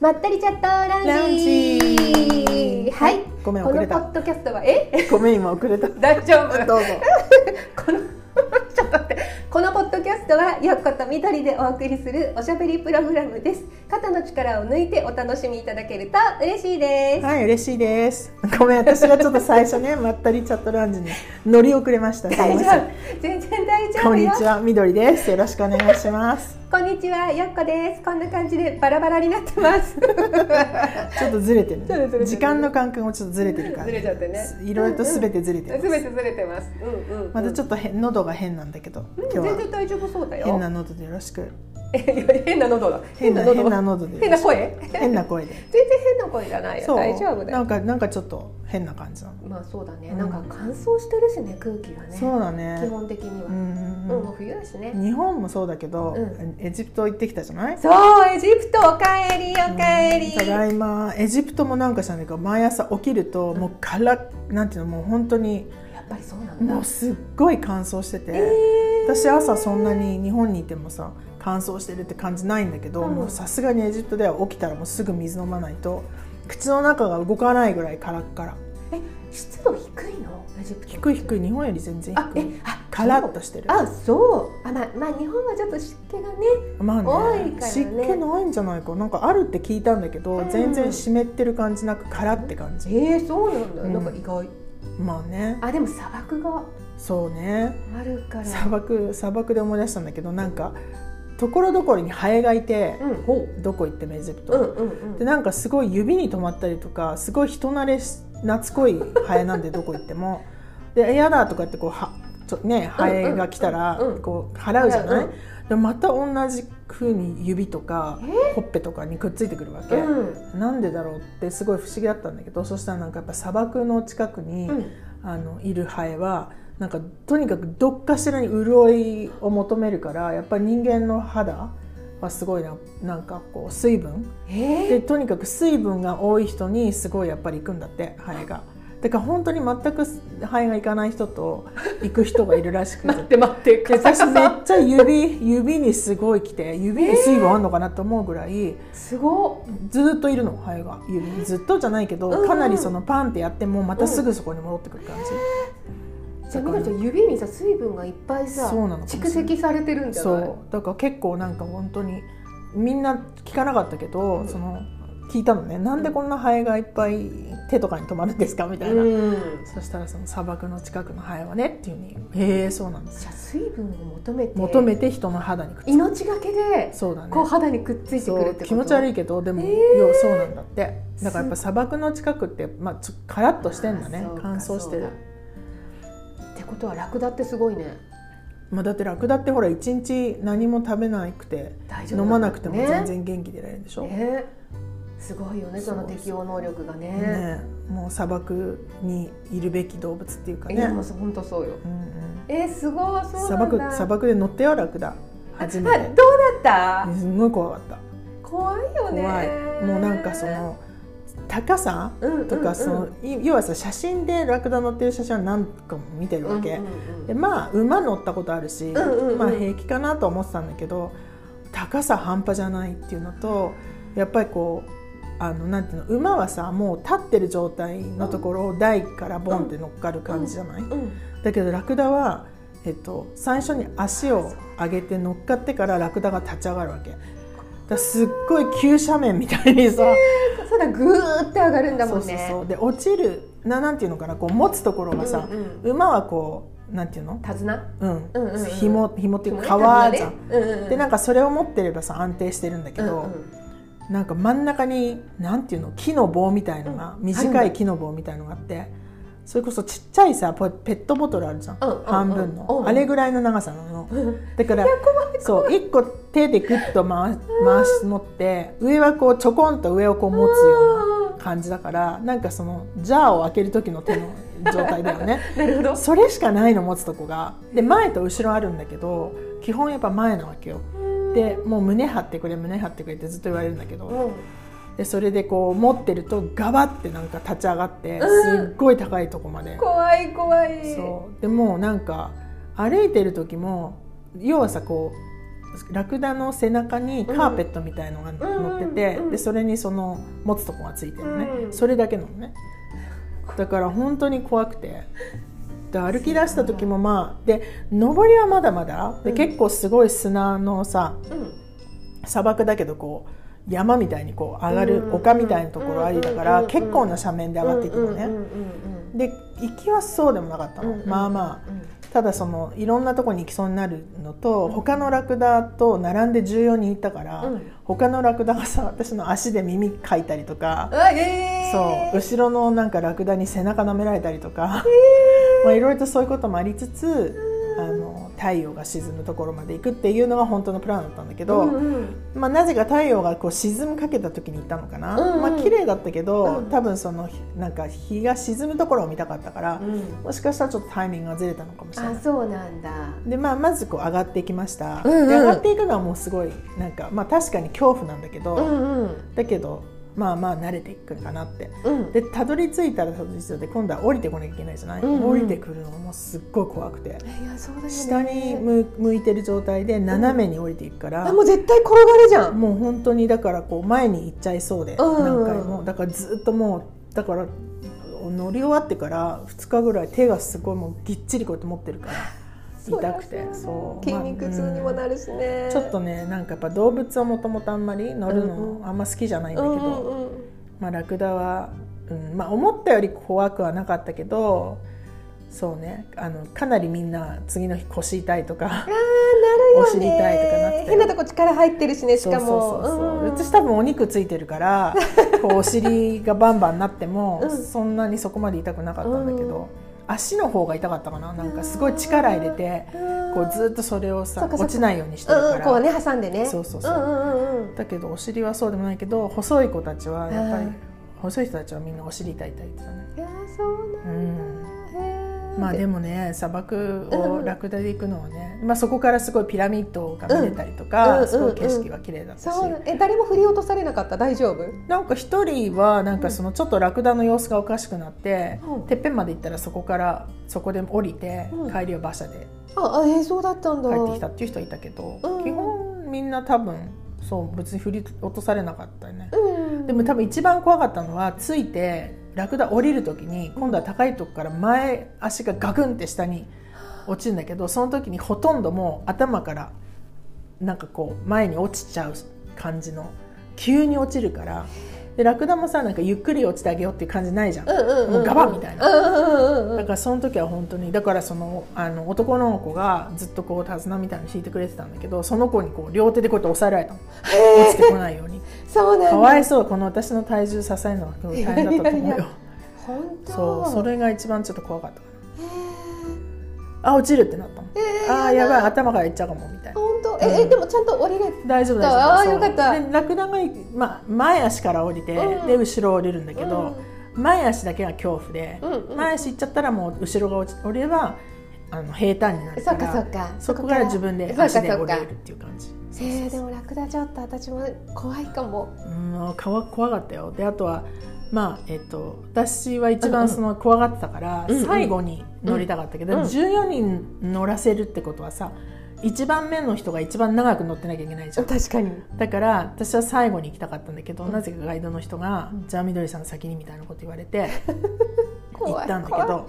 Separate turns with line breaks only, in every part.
まったりチャットランジ
ラウンジ
はい、
ごめん
こ
遅
の
れ
ポ
た
ッドキャストはえ
ごめん今遅 れたど
大丈夫
うぞ
この ちょっと待ってこのポッドキャストはよっことみどりでお送りするおしゃべりプログラムです肩の力を抜いてお楽しみいただけると嬉しいです
はい嬉しいですごめん私がちょっと最初ねまったりチャットランジに乗り遅れましたすい
大
ま
丈
せん
夫全然大丈
こ
夫
んに
よ
ちはみどりですよろしくお願いします
こんにちはよっこですこんな感じでバラバラになってます
ちょっとずれてる
ずれてる
ね時間の感覚もちょっとずれてるから
ずれちゃってね
いろいろとすべてずれて
全
る、
てずれてますうんうん、うん、
まだち
ょっ
ょっと変喉が変なんだけど今日
全
は
然大丈夫そうだよ
変な喉でよろしく
えいや変な喉だ
変な
喉
変な喉で
変な 声
変な声 で
全然変な声じゃないよ
う
大丈夫だ
な
よ
んかなんかちょっと変な感じなの、
まあそうだね、
うん
なんか乾燥してるしね空気がね
そうだね
基本的には、
う
うん
ん
もう冬だしね、
日本もそうだけど、
う
エジプト行ってきたじゃない
そうエジプトおかえりおかえり、
ただいまエジプトもなんかしたんだけど毎朝起きるともうからなんていうのもう本当に
やっぱりそうなんだ
もうすっごい乾燥してて、
えー
私朝そんなに日本にいてもさ乾燥してるって感じないんだけど、
うん
もうさすがにエジプトでは起きたらもうすぐ水飲まないと口の中が動かないぐらいカラッカラ
え湿度低いのエジプト
低い低い日本より全然
あ
低
え
い
あ
カラッとしてる
あそうあまあまあ日本はちょっと湿気がね
まあね
多いからね
湿気ないんじゃないかなんかあるって聞いたんだけど、
うん
全然湿ってる感じなくカラって感じ、
えー、そうなんだ、
うん
なんか意外
まあね
あでも砂漠が
そうね
あるから
砂漠砂漠で思い出したんだけどなんかところどころにハエがいて、
うんほ
どこ行ってもエジプ
ううん
ト、
うんうん
でなんかすごい指に止まったりとかすごい人慣れし懐っこいハエなんでどこ行ってもで嫌だとかってこうはちょねハエが来たら
うんうんうん
こう払うじゃない、
うん
でもまた同じ風に指とか
え
ほっぺとかにくっついてくるわけ、
うん
なんでだろうってすごい不思議だったんだけどそしたらなんかやっぱ砂漠の近くに、
うん
あのいるハエはなんかとにかくどっかしらに潤いを求めるからやっぱり人間の肌はすごいななんかこう水分
えー
でとにかく水分が多い人にすごいやっぱり行くんだってハエが。だから本当に全くハエが行かない人と行く人がいる らしくて
待って待って
で
カサ
私
カ
めっ
サ
ちゃ指指にすごい来て指に水分あんのかなと思うぐらい。
すご
ずーっといるのハエが指にずっとじゃないけど、
うんうん
かなりそのパンってやってもまたすぐそこに戻ってくる感じ、
っじゃあみどりちゃん指にさ水分がいっぱいさ
そうなのかもしれな
蓄
い
積されてるんじゃない
そうだから結構なんか本当にみんな聞かなかったけど、その聞いたのねなんでこんなハエがいっぱい手とかに止まるんですかみたいな、
うん
そしたらその砂漠の近くのハエはねっていうふうにへえそうなんです
じゃあ水分を求めて
求めて人の肌にくっつく
命がけで
そうだね
こう肌にくっついてくるってこ
そう
と
気持ち悪
い
いけどでも、
えー
ようそうなんだってだからやっぱ砂漠の近くって、まあ、ちょカラッとしてんだ
あー
ね
そうか
乾燥して
そう
る
だってことはラクダってすごいね
まあ、だってラクダってほら一日何も食べなくて
大丈夫
飲まなくても全
ね
然元気でいられるでしょ、
ねすごいよねその
そうそう
適応能力がね
ねもう砂漠にいるべき動物っていうか
い
ね、
やもう本当そうよ
うんうん、
えー、すごいそうなんだ
砂漠砂漠で乗ってよラクダ初め
あどう
て
だった、
すんごい怖かった
怖いよね
怖いもうなんかその高さとかその、い要はさ写真でラクダ乗ってる写真は何個も見てるわけ、
うんうんうん
でまあ馬乗ったことあるし、
んうんうん
まあ、平気かなと思ってたんだけど高さ半端じゃないっていうのとやっぱりこうあのなんていうの馬はさもう立ってる状態のところを台からボンって乗っかる感じじゃない、
うん
だけどラクダは、えっと、最初に足を上げて乗っかってからラクダが立ち上がるわけだからすっごい急斜面みたいにさ、
そうだぐーって上がるんだ
そ
も
うんそう
ね
そうで落ちるななんていうのかなこう持つところがさ、
うんうん
馬はこうなんていうの
手綱
うん
うんうんうん
紐紐っていうか
川
皮じゃん。
うんうんうん、
でなんかそれを持ってればさ安定してるんだけ
う
ど、
んうん
なんか真ん中になんていうの木の棒みたいのが、
うん
短い木の棒みたいのがあってそれこそちっちゃいさポペットボトルあるじゃん、
うんうんうん
半分の、
うん
あれぐらいの長さなの、
うん
だからそう一個手でグッと回回し持って上はこうちょこんと上をこう持つような感じだからなんかそのジャーを開ける時の手の状態だよ ね。
なるほど
それしかないの持つとこがで前と後ろあるんだけど基本やっぱ前なわけよでもう胸張ってくれ胸張ってくれってずっと言われるんだけどでそれでこう持ってるとガバってなんか立ち上がって
うん
すっごい高いとこまで、
怖い怖い
そうでもうなんか歩いてる時も要はさこうラクダの背中にカーペットみたいのが乗ってて、
うんうん
でそれにその持つとこがついてるね、
うん
それだけなのねだから本当に怖くてで歩き出した時もまあで上りはまだまだで
うん
結構すごい砂のさ
うん
砂漠だけどこう山みたいにこう上が
うん
る丘みたいなところありだから
うん
結構な斜面で上がっていくのね
うんうんうん
で行きはそうでもなかった
うん
の
うん
まあまあ
うん
ただそのいろんなとこに行きそうになるのと他のラクダと並んで14人いたから、
うん
他のラクダがさ私の足で耳かいたりとか、
あえー
そう後ろのなんかラクダに背中舐められたりとか、 まあ、いろいろとそういうこともありつつあの太陽が沈むところまで行くっていうのが本当のプランだったんだけど、
うんうん
まあ、なぜか太陽がこう沈みかけた時に行ったのかな、
うんうん
まあ綺麗だったけど、
うん
多分そのなんか日が沈むところを見たかったから、
うん
もしかしたらちょっとタイミングがずれたのかもしれない
あ。そうなんだ
でまあ、まずこう上がっていきました、
うんうん
で上がっていくのはもうすごいなんか、まあ、確かに恐怖なんだけど、
うんうん
だけどまあまあ慣れていくかなって
うん
でたどり着いたらたどり着いたで今度は降りてこなきゃいけないじゃない、
うんうん
降りてくるのもすっごい怖くて
いやそうだよね
下に向向いてる状態で斜めに降りていくから、
あもう絶対転がるじゃん
もう本当にだからこう前に行っちゃいそうで、
うん
何回もだからずっともうだから乗り終わってから2日ぐらい手がすごいもうぎっちりこうやって持ってるから痛くて
そ
そう
りゃそうだ筋肉痛にもなるしね、
ちょっとねなんかやっぱ動物はもともとあんまり乗るのあんま好きじゃないんだけど、
うんうん
まあ、ラクダは、うんまあ、思ったより怖くはなかったけどそうねあのかなりみんな次の日腰痛いとか
あーなるよね
お尻痛いとかなって
変なとこ力入ってるしねし
そうそ
か
う
も
そうそう、
うん
私多分お肉ついてるから こうお尻がバンバンなっても、
うん
そんなにそこまで痛くなかったんだけど、足の方が痛かったかななんかすごい力入れてこうずっとそれを
そ
さ
っかそっ
落
か
ちないようにして
う
るか
ん
ら、
うんこうね挟んでね
そうそうそう
うんうんうん
だけどお尻はそうでもないけど細い子たちはやっぱり、
うん
細い人たちはみんなお尻痛い痛いって言ってたね。
いやーそうなんだ
うん
へー
まあで
も
もね砂漠
う
を
ん
ラクダで行くのはね、まあ、そこからすごいピラミッドが見れたりとか、
うん
すごい景色が綺麗だったし、
そうえ誰も振り落とされなかった大丈夫
なんか一人はなんかそのちょっとラクダの様子がおかしくなって、
うん
てっぺんまで行ったらそこからそこで降りて、
うん
帰りを馬車で
ああえーそうだったんだ
帰ってきたっていう人はいたけど、
うん
基本みんな多分そう別に振り落とされなかったよね。
うん
でも多分一番怖かったのはついてラクダ降りる時に今度は高いとこから前足がガクンって下に落ちるんだけどその時にほとんどもう頭からなんかこう前に落ちちゃう感じの急に落ちるからでラクダもさなんかゆっくり落ちてあげようっていう感じないじゃん、
うんうんうんう
も
ん
うガバンみたいな。
うんうんうんうん
だからその時は本当にだからそのあの男の子がずっとこう手綱みたいに引いてくれてたんだけどその子にこう両手でこうやって押さえられたの落ちてこないように
そうなんだ
かわいそうこの私の体重支えるのが大変だったと
い
思う
や
よ
いや本当
そうそ
れ
れが一番ちょっと怖かったかなあ落ちるってなったもん、
え
あーやばい頭からいっちゃうかもみたいな
本当ええでもちゃんと降りれ
大丈夫大丈夫
あー
そう
よかった
でラクダが、まあ、前足から降りて、
うん
で後ろ降りるんだけど、前足だけが恐怖で、
うんうん
前足行っちゃったらもう後ろが落ち降りればあの平坦になる
そ
か
っからそっか
そこから自分で足で降りれるっていう感じそうそう
え
そ
ー、
う
でもラクダちょっと私も怖いかも。
うん、かわ怖かったよであとはまあえっと私は一番その怖がってたから、
うんうん
最後に乗りたかったけど、
うんうん
14人乗らせるってことはさ1番目の人が一番長く乗ってなきゃいけないじゃん
確かに。
だから私は最後に行きたかったんだけど、
うん
なぜかガイドの人が
うん
「じゃあみどりさん先に」みたいなこと言われて 行
怖い
ったんだけど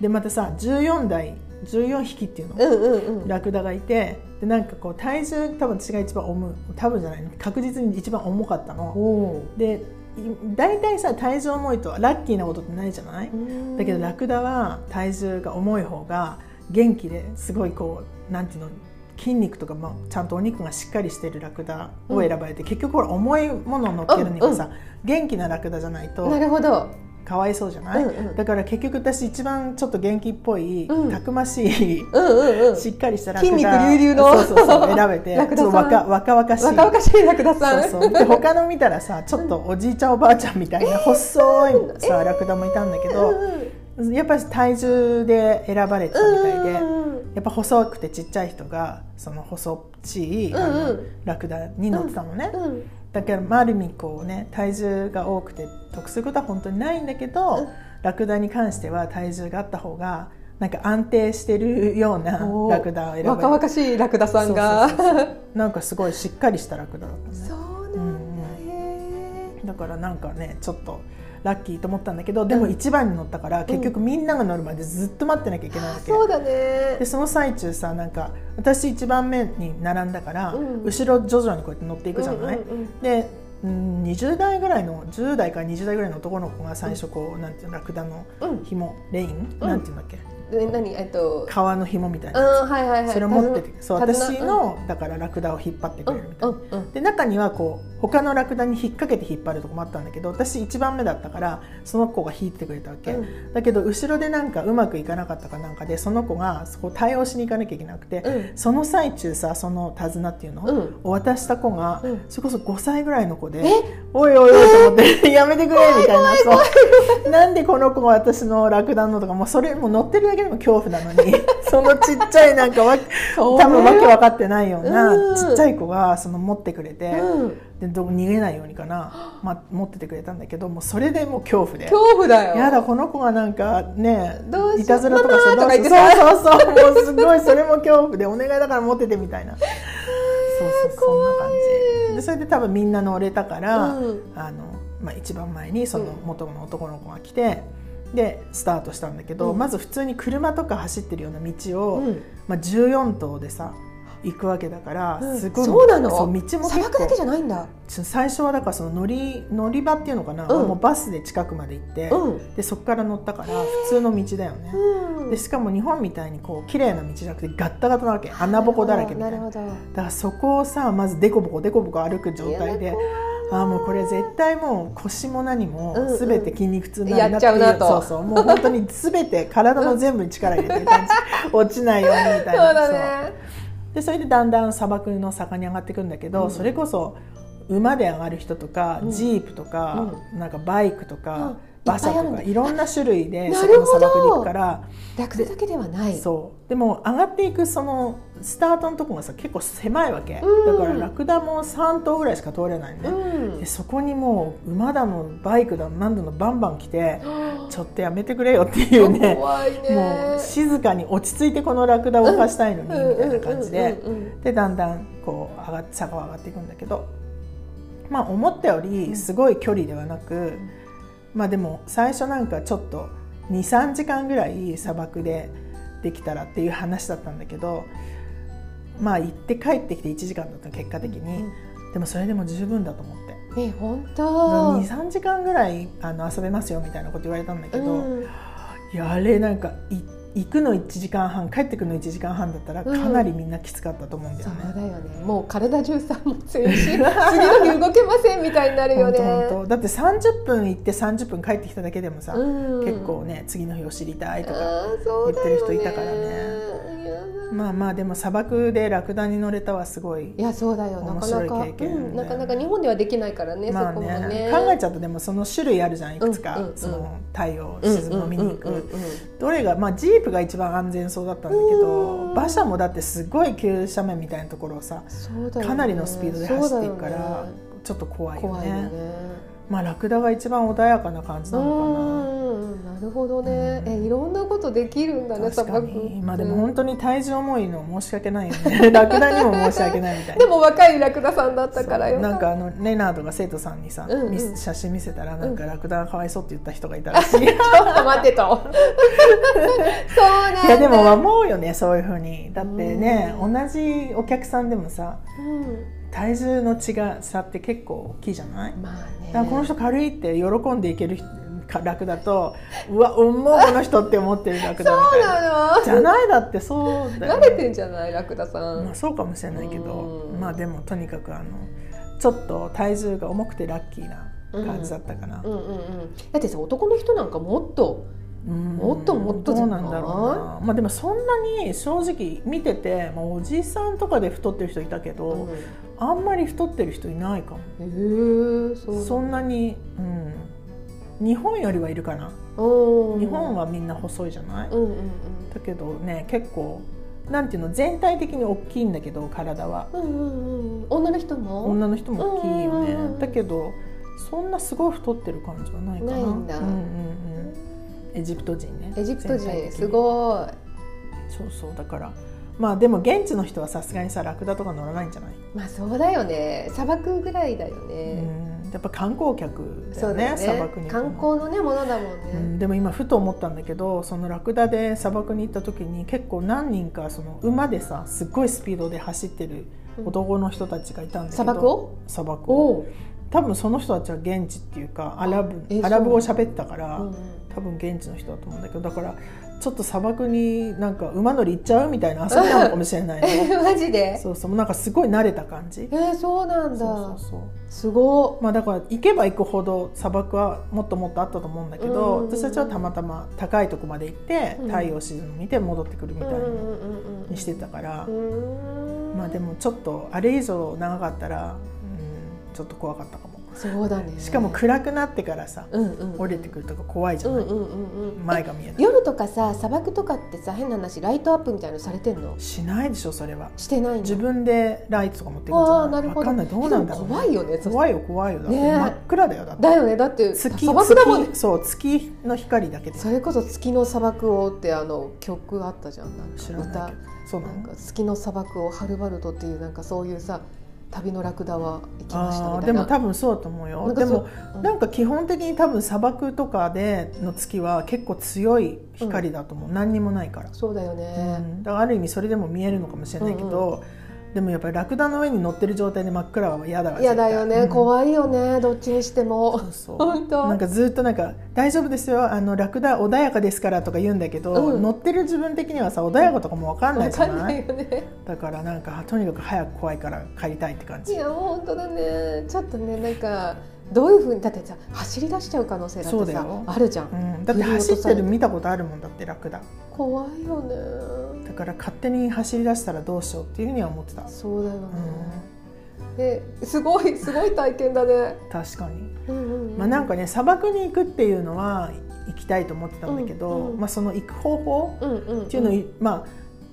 でまたさ14台14匹っていうの、
うんうんうん。
ラクダがいてでなんかこう体重多分私が一番重い多分じゃないの確実に一番重かったの。
お
でい大体さ体重重いとラッキーなことってないじゃない、だけどラクダは体重が重い方が元気ですごいこうなんていうの筋肉とか、まあ、ちゃんとお肉がしっかりしてるラクダを選ばれて、結局ほら重いものを乗っけるにはさ、元気なラクダじゃない
な
と
るほど。
かわいそうじゃない、
うんうん
だから結局私一番ちょっと元気っぽい、
うん
たくましい、
うんうんうん。
しっかりしたラク
筋
ダ
肉隆々の
そうそうそう選べて
ラクダ
ち
さ
ょ
ん
っと若若々しい
若々しいラクダさん。
そうそうで他の見たらさちょっとおじいちゃんおばあちゃんみたいな細いさ、ラクダもいたんだけ
うん
ど、やっぱり体重で選ばれてたみたいで、
うんうん
やっぱ細くてちっちゃい人がその細っちい、あの
うんうん
ラクダに乗ってたのね、
うんうん。
だからまあある意味こうね体重が多くて得することは本当にないんだけど、
うん
ラクダに関しては体重があった方がなんか安定してるような
おー
ラクダを選
若
ばれ
々しいラクダさんが
そうなんかすごいしっかりしたラクダだったね
そうなんだへ
だからなんかねちょっとラッキーと思ったんだけどでも1番に乗ったから結局みんなが乗るまでずっと待ってなきゃいけないわ
ー
け、
そうだね
でその最中さなんか私1番目に並んだから、
うん
後ろ徐々にこうやって乗っていくじゃない、
うんうんうん
で、うん、20代ぐらいの10代から20代ぐらいの男の子が最初こう、なんていうのラクダの
うん
紐レイン、
うん
なんていうんだっけ
で何えっと
革の紐みたい
うん
な、
はいはいはい
それを持っててそう
手綱
私の、だからラクダを引っ張って
う
く
ん
れるみたいな。
うんうん
で中にはこう他のラクダに引っ掛けて引っ張るとこもあったんだけど私1番目だったからその子が引いてくれたわけ、
うん
だけど後ろでなんかうまくいかなかったかなんかでその子がそこ対応しに行かなきゃいけなくて、
うん
その最中さその手綱っていうの、
うん
を渡した子が、
うん
それこそ5歳ぐらいの子で
え
「おいおいおい」と思って「 やめてくれ」みたいなそうなんでこの子が私のラクダのとかもうそれもう乗ってるだけでも恐怖なの にそのちっちゃいなんかわ
そ
多分わけ分かってないよう
うん
なちっちゃい子がその持ってくれて、
うん
でど逃げないようにかな、ま、持っててくれたんだけどもうそれでもう恐怖で。
恐怖だよ
やだこの子がなんかね
どうしよう
いたずらとかして
ママとか言って
どうし
さ
ようそうそうそうもうすごいそれも恐怖でお願いだから持っててみたいなそうそうそんな感じでそれで多分みんな乗れたから、
うん
あのまあ、一番前にその
うん
元の男の子が来て、でスタートしたんだけど、
うん
まず普通に車とか走ってるような道を、
うん
まあ、14頭でさ行くわけだから、
うん
すごい
そうなの
道も結構
砂漠だけじゃないんだ
ちょ最初はだからその乗り乗り場っていうのかな、
うん
もうバスで近くまで行って、
うん
でそこから乗ったから普通の道だよね、
うん
でしかも日本みたいにこう綺麗な道じゃなくてガッタガタなわけ穴ぼこだらけみたいな
なるほどなる
だからそこをさまずデコボコデコボコ歩く
ほど
状態
いや
で
だ怖い
ああもうこれ絶対もう腰も何も
うんうん
全て筋肉痛になるなっていう,、
やっちゃうなと
そうそうもう本当に全て体の全部に力入れて る感じ落ちないようにみたいな
そうだ
そう
ね
でそれでだんだん砂漠の坂に上がっていくんだけど、
うん
それこそ馬で上がる人とか、
うん
ジープとか、なんかバイクとか、
うん
馬車
いっぱいある
と
ん
か
だ
いろんな種類で
な
そ
る
この
ほど
砂漠に行くから
楽でだけではない
そうでも上がっていくそのスタートのとこがさ結構狭いわけ、
うん
だからラクダも3頭ぐらいしか通れないのね、
うん
でそこにもう馬だのバイクだの何だのバンバン来てちょっとやめてくれよっていうね
怖いね
もう静かに落ち着いてこのラクダを動かしたいのにみたいな感じで。
うんうんうんうん
でだんだんこう上がっ坂は上がっていくんだけど、まあ、思ったよりすごい距離ではなく、まあでも最初なんかちょっと23時間ぐらい砂漠でできたらっていう話だったんだけどまあ行って帰ってきて1時間だったの結果的に、でもそれでも十分だと思って
え本当
23時間ぐらいあの遊べますよみたいなこと言われたんだけど、
うん
いやあれなんかい行くの1時間半帰ってくるの1時間半だったらかなりみんなきつかったと思うんだ
そ
よ
う
ね。
だよねもう体中さも強いし次の日動けませんみたいになるよね
本当本当だって30分行って30分帰ってきただけでもさ、
うん
結構ね次の日を知りたいとか、
あーそうだよね
言ってる人いたからね
やだ
まあまあでも砂漠でラクダに乗れたはすごい
いやそうだよなか
面
な
白い
か、
経験
うん、なかなか日本ではできないからね、
まあ
そこ
ね
もね
考えちゃうとでもその種類あるじゃんいくつか、
うんうんうん
その太陽
うん
沈むの見に行く、
うんうんうんうん
どれがまあジープが一番安全そうだったんだけ
うん
ど馬車もだってすごい急斜面みたいなところをさ
そうだよね
かなりのスピードで走っていくから、
そうだよね
ちょっと怖いよ
怖い
ね
よね
まあラクダが一番穏やかな感じ
う
なのかな、
んなるほどね、えいろんなことできるんだね
確
砂
か
漠
にまあでも本当に体重重いの申し訳ないよね ラクダにも申し訳ないみたい
で
な。
も若いラクダさんだったからよ
なんかあのレナードが生徒さんにさ、
うんうん
見せ写真見せたらなんかラクダがかわいそうって言った人がいた らしいい
ちょっと待 ってとそうなんだ
やでも思うよねそういうふうにだってね、
う
同じお客さんでもさ
う
体重の違差って結構大きいじゃない、
ん、まあね
だからこの人軽いって喜んでいける人かラクダとうわ重いこの人って思ってるラクダみ
そ
た
う
いな
なの
じゃないだってそうだよ
慣れてんじゃないラクダさん、
まあ、そうかもしれないけど、
うん
まあでもとにかくあのちょっと体重が重くてラッキーな感じだったかな、
うんうんうんだってさ男の人なんかもっと
うん
もっともっとじ
ど
ゃ
う
ない
なんだろうなまあでもそんなに正直見てて、まあ、おじさんとかで太ってる人いたけど、
うん
あんまり太ってる人いないかも、
えー、そう
そんなに、うん、日本よりはいるかな、
うん
日本はみんな細いじゃない、
うんうん
だけどね結構なんていうの全体的に大きいんだけど体は
うんうんうんうん女の人も
女の人も大きいよ
うんうんうんう
ね
ん
だけどそんなすごい太ってる感じはないかな
ないんだ
うんうんうんエジプト人ね
エジプト
全体的
人
に
すご
そうそうだからまあでも現地の人はさすがにさラクダとか乗らないんじゃない、
いまあそうだよね砂漠ぐらいだよね、
うんやっぱ観光客だ
そ
よ
う
ね
だよね
砂漠に行くの
観光のねものだもんね、
うん、でも今ふと思ったんだけどそのラクダで砂漠に行った時に結構何人かその馬でさすっごいスピードで走ってる男の人たちがいたんだけど
砂漠を
砂漠を
おう
多分その人たちは現地っていうかアラブ
え
アラブ語喋ったから、
うんうん
多分現地の人だと思うんだけどだからちょっと砂漠になんか馬乗り行っちゃうみたいな遊びなのかもしれないね
え マジで
そうそうなんかすごい慣れた感じ
えー、そうなんだ
そうそうそう
すご
まあだから行けば行くほど砂漠はもっともっとあったと思うんだけど、
うん
私たちはたまたま高いとこまで行って、
うん
太陽沈みて戻ってくるみ
い
たい
うん
に
うんうんうん
してたから、
うん
まあでもちょっとあれ以上長かったら、うん、ちょっと怖かったかも
そうだね
しかも暗くなってからさ、
うんうん
降りてくるとか怖いじ
う
ゃ
ん
な
う
い、
んうんうん
前が見えない
夜とかさ砂漠とかってさ変な話ライトアップみたいなのされてんの
しないでしょそれは
してないの
自分でライトとか持ってくるんじ
ああー
ゃな
ないる
わ
ほど
かんないどうなんだろう、
でも怖いよねそ
怖いよ怖いよだって
ねえ
真っ暗だよだって
だよねだって
月
砂漠だもんね
月そう月の光だけで
それこそ「月の砂漠を」ってあの曲あったじゃんなんか
知らないけど
歌
そうな
なん
の
か「月の砂漠をはるばると」っていうなんかそういうさ旅のラクダは行きました
あ
み
ー
た
で
い
も
な
多分そうだと思う
な
よ
んか
で
そう
も
うん
なんか基本的に多分砂漠とかでの月は結構強い光だと思う、何にもないから、
そうだよ
う
ね、
んだからある意味それでも見えるのかもしれないけど、でもやっぱりラクダの上に乗ってる状態で真っ暗は嫌だわ
嫌だよね、
絶対うん
怖いよねどっちにしても
そうそう
本当
なんかずっとなんか「大丈夫ですよあのラクダ穏やかですから」とか言うんだけど、
うん
乗ってる自分的にはさ穏やかとかも分かんな
わ
いじゃ
か
ない
んないよね
だからなんかとにかく早く怖いから帰りたいって感
い
じ
やもう本当だねちょっとねなんかどういうふうにだってさ走り出しちゃう可能性だ
そ
っ
う
て
だ
さ
よ
あるじゃん、
うん、だって
振り落
走
と
っ
さ
て
れて
る見たことあるもんだってラクダ
怖いよね
だから勝手に走り出したらどうしようっていうふうには思ってた
そうだよね、ですごいすごい体験だね、
確かに、
うんうんうん
まあ、なんかね砂漠に行くっていうのは行きたいと思ってたんだけど、
うんうん
まあ、その行く方法
うんうんうん
っていうのを、まあ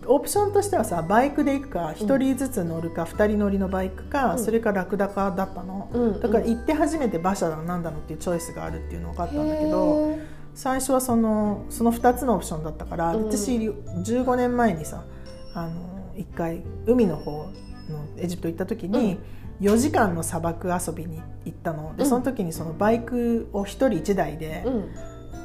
オプションとしてはさバイクで行くか1人ずつ乗るか、2人乗りのバイクか、
うん
それかラクダかだったの、
うんうん
だから行って初めて馬車だなんだのっていうチョイスがあるっていうのが分かったんだけど、
へー
最初はそのその2つのオプションだったから、
うん
私15年前にさあの一回海の方のエジプト行った時に、4時間の砂漠遊びに行ったので
うん
その時にそのバイクを1人1台で、
うん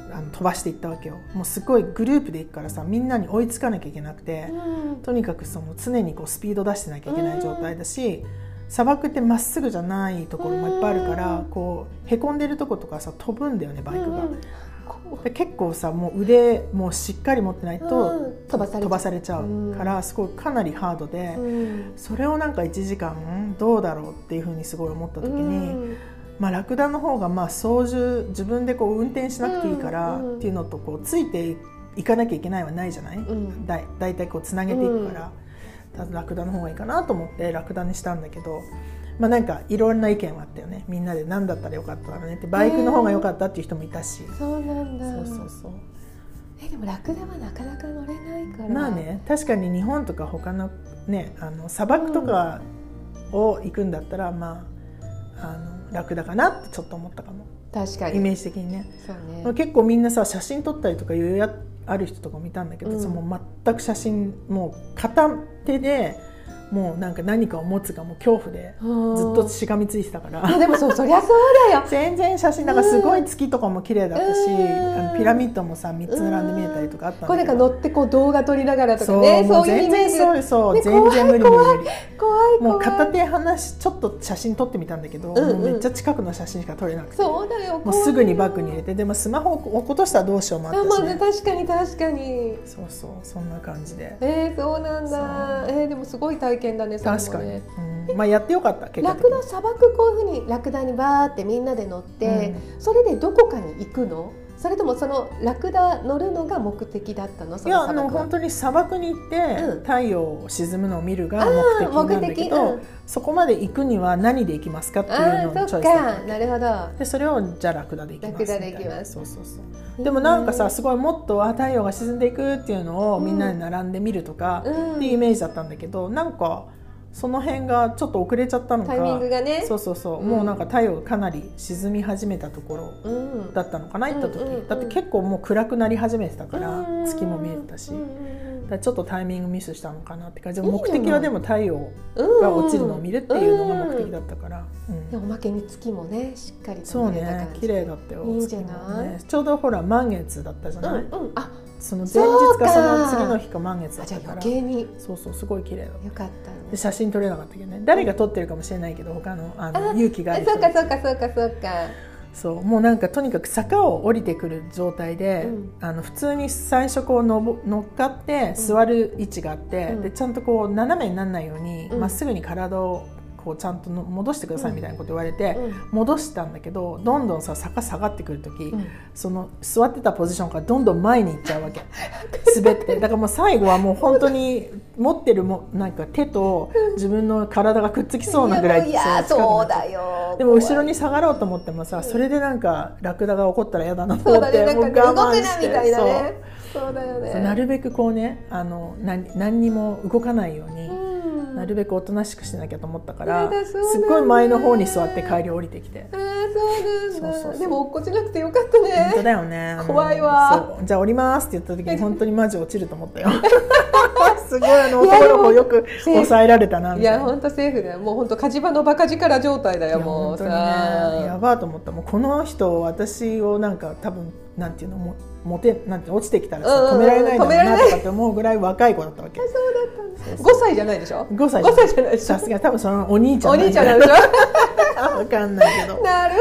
あの飛ばしていったわけよもうすごいグループで行くからさみんなに追いつかなきゃいけなくて、
うん
とにかくその常にこうスピード出してなきゃいけない状態だし、砂漠ってまっすぐじゃないところもいっぱいあるから、
うん
こうへこんでるとことかさ飛ぶんだよねバイクが。
うんうんこ
で結構さもう腕もうしっかり持ってないと、
うん飛ばされちゃう
ちゃうからすごいかなりハードで、
ううん
それをなんか1時間どうだろうっていうふうにすごい思った時に、
うん
まあ、ラクダの方がまあ操縦自分でこう運転しなくていいから
うんうん
っていうのとこうついていかなきゃいけないはないじゃない、
ん
だい大体こうつなげていくから、ただラクダの方がいいかなと思ってラクダにしたんだけど。まあ、なんかいろんな意見はあったよねみんなで何だったらよかっただろうねってバイクの方が良かったっていう人もいたし、
そうなんだ
そうそうそう
えでもラクダはなかなか乗れないから
まあね確かに日本とか他のねあの砂漠とかを行くんだったら、まああの楽だかなってちょっと思ったかも
確か
イ
に
メージ的にね、
そうね
結構みんなさ写真撮ったりとか余裕やある人とか見たんだけど、
うん
そのもう全く写真もう片手でもうなんか何かを持つがもう恐怖で
うん
ずっとしがみついてたか
いや
ら。
でもそうそりゃそうだ よ
全然写真なんかすごい月とかも綺麗だったし、
うん
あのピラミッドもさ3つ並んで見えたりとかあったん
こ
だ
れな
け
んか
ど
乗ってこう動画撮りながらと
そ
か
う
ねそう
も
ういうイ
全
メー
然
ジ
そうよそう、
ね
全然無理無理無理
怖い怖い
もう片手離しちょっと写真撮ってみたんだけ
う
ど、
んうん
もうめっちゃ近くの写真しか撮れなくて
そうだよ
もうすぐにバッグに入れてでもスマホを落としたらどうしようもあ
怖い
ったし、
あまあ
ね、
確かに確かに
そうそうそんな感じで
えー、そうなんだえー、でもすごい体験だねそれもね
確かに、うんまあやってよかった結
ラ
果
ク
的
ダ
に
砂漠こういうふうにラクダにバーってみんなで乗って、それでどこかに行くのそれともそのラクダ乗るのが目的だったのそ
いや
の
あ
砂
の
漠は
本当に砂漠に行って、
うん
太陽を沈むのを見るが
あー
目的なんだけど、
目的
そこまで行くには何で行きますかっていう
あ
の
あ
をチ
そ
ョ
っ
イスだった
かなるほど
でそれをじゃあラクダで行きま
ラ
す
クダで行きます
みたいなそうそうそうでもなんかさ、すごいもっとあ太陽が沈んでいくっていうのをみんなで並んで見るとか
うん
っていうイメージだったんだけど、なんかその辺がちょっと遅れちゃったのか
タイミングがね
そうそうそう、
うん
もうなんか太陽がかなり沈み始めたところ
うん
だったのかな行った時、
うんうんうん
だって結構もう暗くなり始めてたから、
うん
月も見えてたし、
うん
だからちょっとタイミングミスしたのかなって感じで
いいじゃ
目
ない
的はでも太陽
うんうん
が落ちるのを見るっていうのが目的
うん
だったから、うん
でおまけに月もねしっかり
そう
と見えた
ね
感じ
綺麗だったよ
いいんじゃない
月もねちょうどほら満月だったじゃ
うん
ない、
うんあ
その前
そう
日
か
かその次の日か満月だ
あ
っ
じゃ
た
あ
か
余計
ら
に
そうそうすごい綺麗だった
よかったね
で写真撮れなかったけどね誰が撮ってるかもしれないけど他のあの
あ
勇気があ
あ
る人
そうかそうかそうかそうか
そうもうなんかとにかく坂を降りてくる状態で、
うん
あの普通に最初こうのぼ乗っかって座る位置があって、
うん
でちゃんとこう斜めにならないように
うん
ま、っすぐに体をこうちゃんとの戻してくださいみたいなこと言われて。
うん
戻したんだけどどんどんさ坂下がってくる時、
うん
その座ってたポジションからどんどん前に行っちゃうわけ滑ってだからもう最後はもう本当に持ってるもなんか手と自分の体がくっつきそうなぐらい
いや
そう近くな
そ
っ
う
ちゃう
だよ
でも後ろ
に
に下がろうと思ってもさそれでなんかラクダが怒ったら嫌だなと
そう
思っ
だ
て
ねなん
も
か
う
ね動く
我慢
な
し
み
て
たいな
そう
ねそうだよね
そうなるべくこうねあの何何にも動かないように、
うん
なるべくおとなしくしなきゃと思ったから、
やだそうなんだ
すっごい前の方に座って帰り降りてきて
あーそうなんだ
そうそうそう
でも落っこちなくてよかった
本当
ね
だよねあの
怖いわ
そうじゃあ降りますって言った時 に本当にマジ落ちると思ったよすごいあの男の子よく抑えられたなみ
い
たい
や
な
本当セーフだよもう本当火事場のバカ力状態だ
い
よ
や
もう
本当
さ
にねやばいと思ったもうこの人私をなんか多分なんていうのもモテなんて落ちてきたらさ、
うんうんうん
止められないんだ
止められ
ろう
ない
なとかって思うぐらい若い子だったわけ
5歳じゃないでしょ
5歳
5歳じゃないでし
さ
ょ
すが多分そのお兄ちゃん
お兄ちゃんなん
だ
でしょ
わかんないけど
なる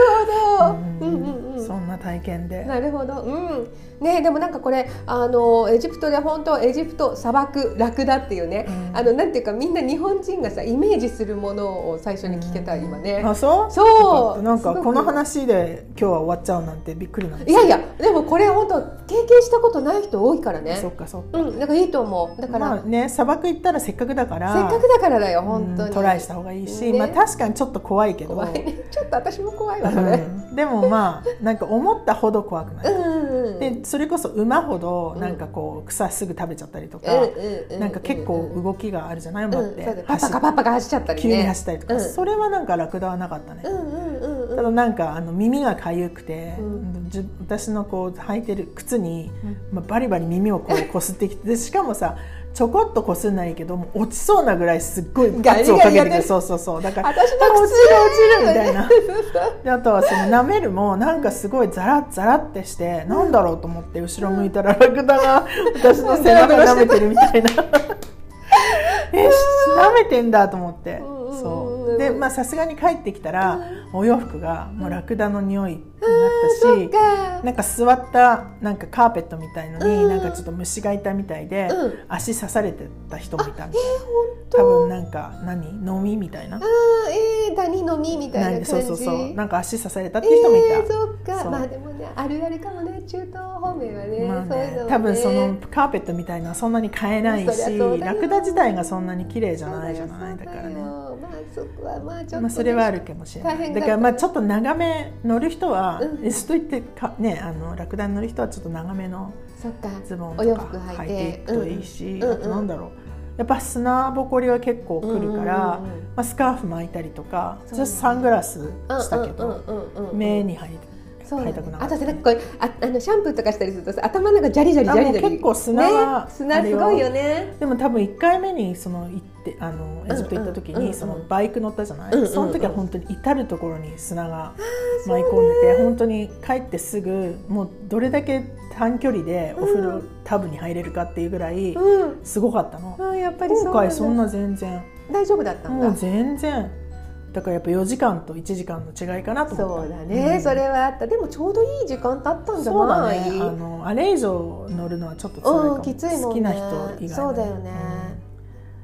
ほどうんうんうん
そんな体験で
なるほど、うん、ね、でもなんかこれ、あのエジプトで本当エジプト砂漠ラクダっていうね。
うん
あのなんていうか、みんな日本人がさ、イメージするものを最初に聞けた、今ね。
あそう
そう
なん
す
か
ごく
この話で今日は終わっちゃうなんてびっくりなんです
いやいや、でもこれ本当経験したことない人多いからね
そ。っかそっか
うん、なんかいいと思う。だから、
まあね砂漠行ったらせっかくだから
せっかくだからだよ、本当
う
に。
んトライした方がいいし、
ね
まあ確かにちょっと怖いけど
怖いね、ちょっと私も怖いわ、それ。
うんでもまあなんか思ったほど怖く
う
ない、
んうんうん。
でそれこそ馬ほどなんかこう草すぐ食べちゃったりと
うん
か、
うんうん、
なんか結構動きがあるじゃない馬
うん、
っ
そう
て、
だねパ
走
パ
っ
カパパカ走っちゃったりね。
急に走ったりとか、
うん
それはなんかラクダはなかったね、
うんうんうんうん
ただなんかあの耳がかゆくて、
うん
じゅ私のこう履いてる靴に、
うん
まあ、バリバリ耳を こうこすってきてでしかもさちょこっとこすんないけどもう落ちそうなぐらいすっごいガッツをかけ
ガリガリやっ
てく
てる
るそうそうそうだから
私の
あ落
靴
ちる落ちるみたいな。であとはその舐めるもなんかすごいザラッザラってして、なんだろうと思って後ろ向いたらラクダが私の背中舐めてるみたい なえ舐めてんだと思って
うんうんうん
そうでまあさすがに帰ってきたらお洋服がもうラクダの匂いにな
そっ
ったし
か
なんか座ったなんかカーペットみたいの
う
に
ん
なんかちょっと虫がいたみたいで
うん
足刺されてた人もいたみたい
当
多分なんか何飲みみたいな
あーえー、ダニの実みたいな感じ
そうそうそうなんか足刺されたっていう人もいた、
えー、そっか
そう
まあでもねあるあるかもね中東方面はね,、
まあ
そういうの
ね
は、ね
多分そのカーペットみたいなのはそんなに買えない
そりゃそう
し
だよ
ラクダ自体がそんなに綺麗じゃないじゃない
そ
だ
う
か
よ
らね、ま
そうだよまあそこはまあちょっとね、
あ、それはあるかもしれな
大変
い
だ
だ
った
からまあちょっと長め乗る人は、
うん
えそうと言ってかねあのラクダに乗る人はちょっと長めの
そっか
ズボン
お洋
と
服
か
履い
履い
て
ていくといいし、
うん
あとなんだろうやっぱ砂ぼこりは結構来る
うんうん
から、
うんうん
まあ、スカーフ巻いたりとか
そう
それサングラスしたけ
う
ど、
んうんうんうん
目に入り
そう
入
だ
りた
ね
くなか
あ
っ
とさなんかこれああ
たね、
のシャンプーとかしたりするとさ頭の中ジャリジャリジャリジャ
あも
リ
う結構砂は
ね、砂すごいよね
でも多分1回目にその行ってあのエジプト行った時
うんうんうん
にそのバイク乗ったじゃない、
うんうんうん
その時は本当に至る所に砂が舞い込んでて本当に帰ってすぐもうどれだけ短距離でお風
う
呂タブに入れるかっていうぐらい
うん
すごかったの、
あやっぱりそう
今
なん
回
だ
そんな全然
大丈夫だったんだ
もう全然だからやっぱ4時間と1時間の違いかなと
そ
思った
うだね、
うん
それはあったでもちょうどいい時間だったんじゃ
そうだ
ない
ねあのあれ以上乗るのはちょっと辛いか
う
も
んきついもんね
好きな人以外
そうだよね、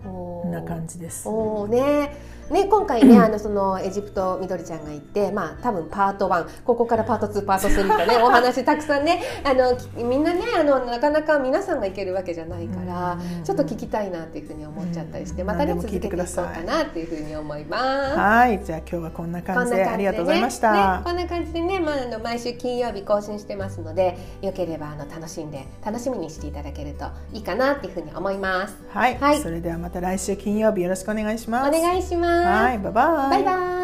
こんな感
じ
じです
おーねね、今回ね、あのそのエジプトみどりちゃんが行って、まあ多分パート1ここからパート2パート3とね お話たくさんねあのきみんなねあのなかなか皆さんが行けるわけじゃないから、
うん
ちょっと聞きたいなっていうふうに思っちゃったりして、
うん
またね
何でも
続
聞
け
い
て
て
いこ
く
う
ださい
かなっていうふうに思います。
はい、じゃあ今日はこんな
こん
感
な感
じ
じ
で
で
ありがとうございました。
ね、こんな感じでね、まあ、あの毎週金曜日更新してますので、よければあの楽しんで楽しみにしていただけるといいかなっていうふうに思います。
はい、
はい
それではまた来週聞金曜日よろしくお願いし
お
ます。
願いします。
はい、バイバイ。
バイバイ。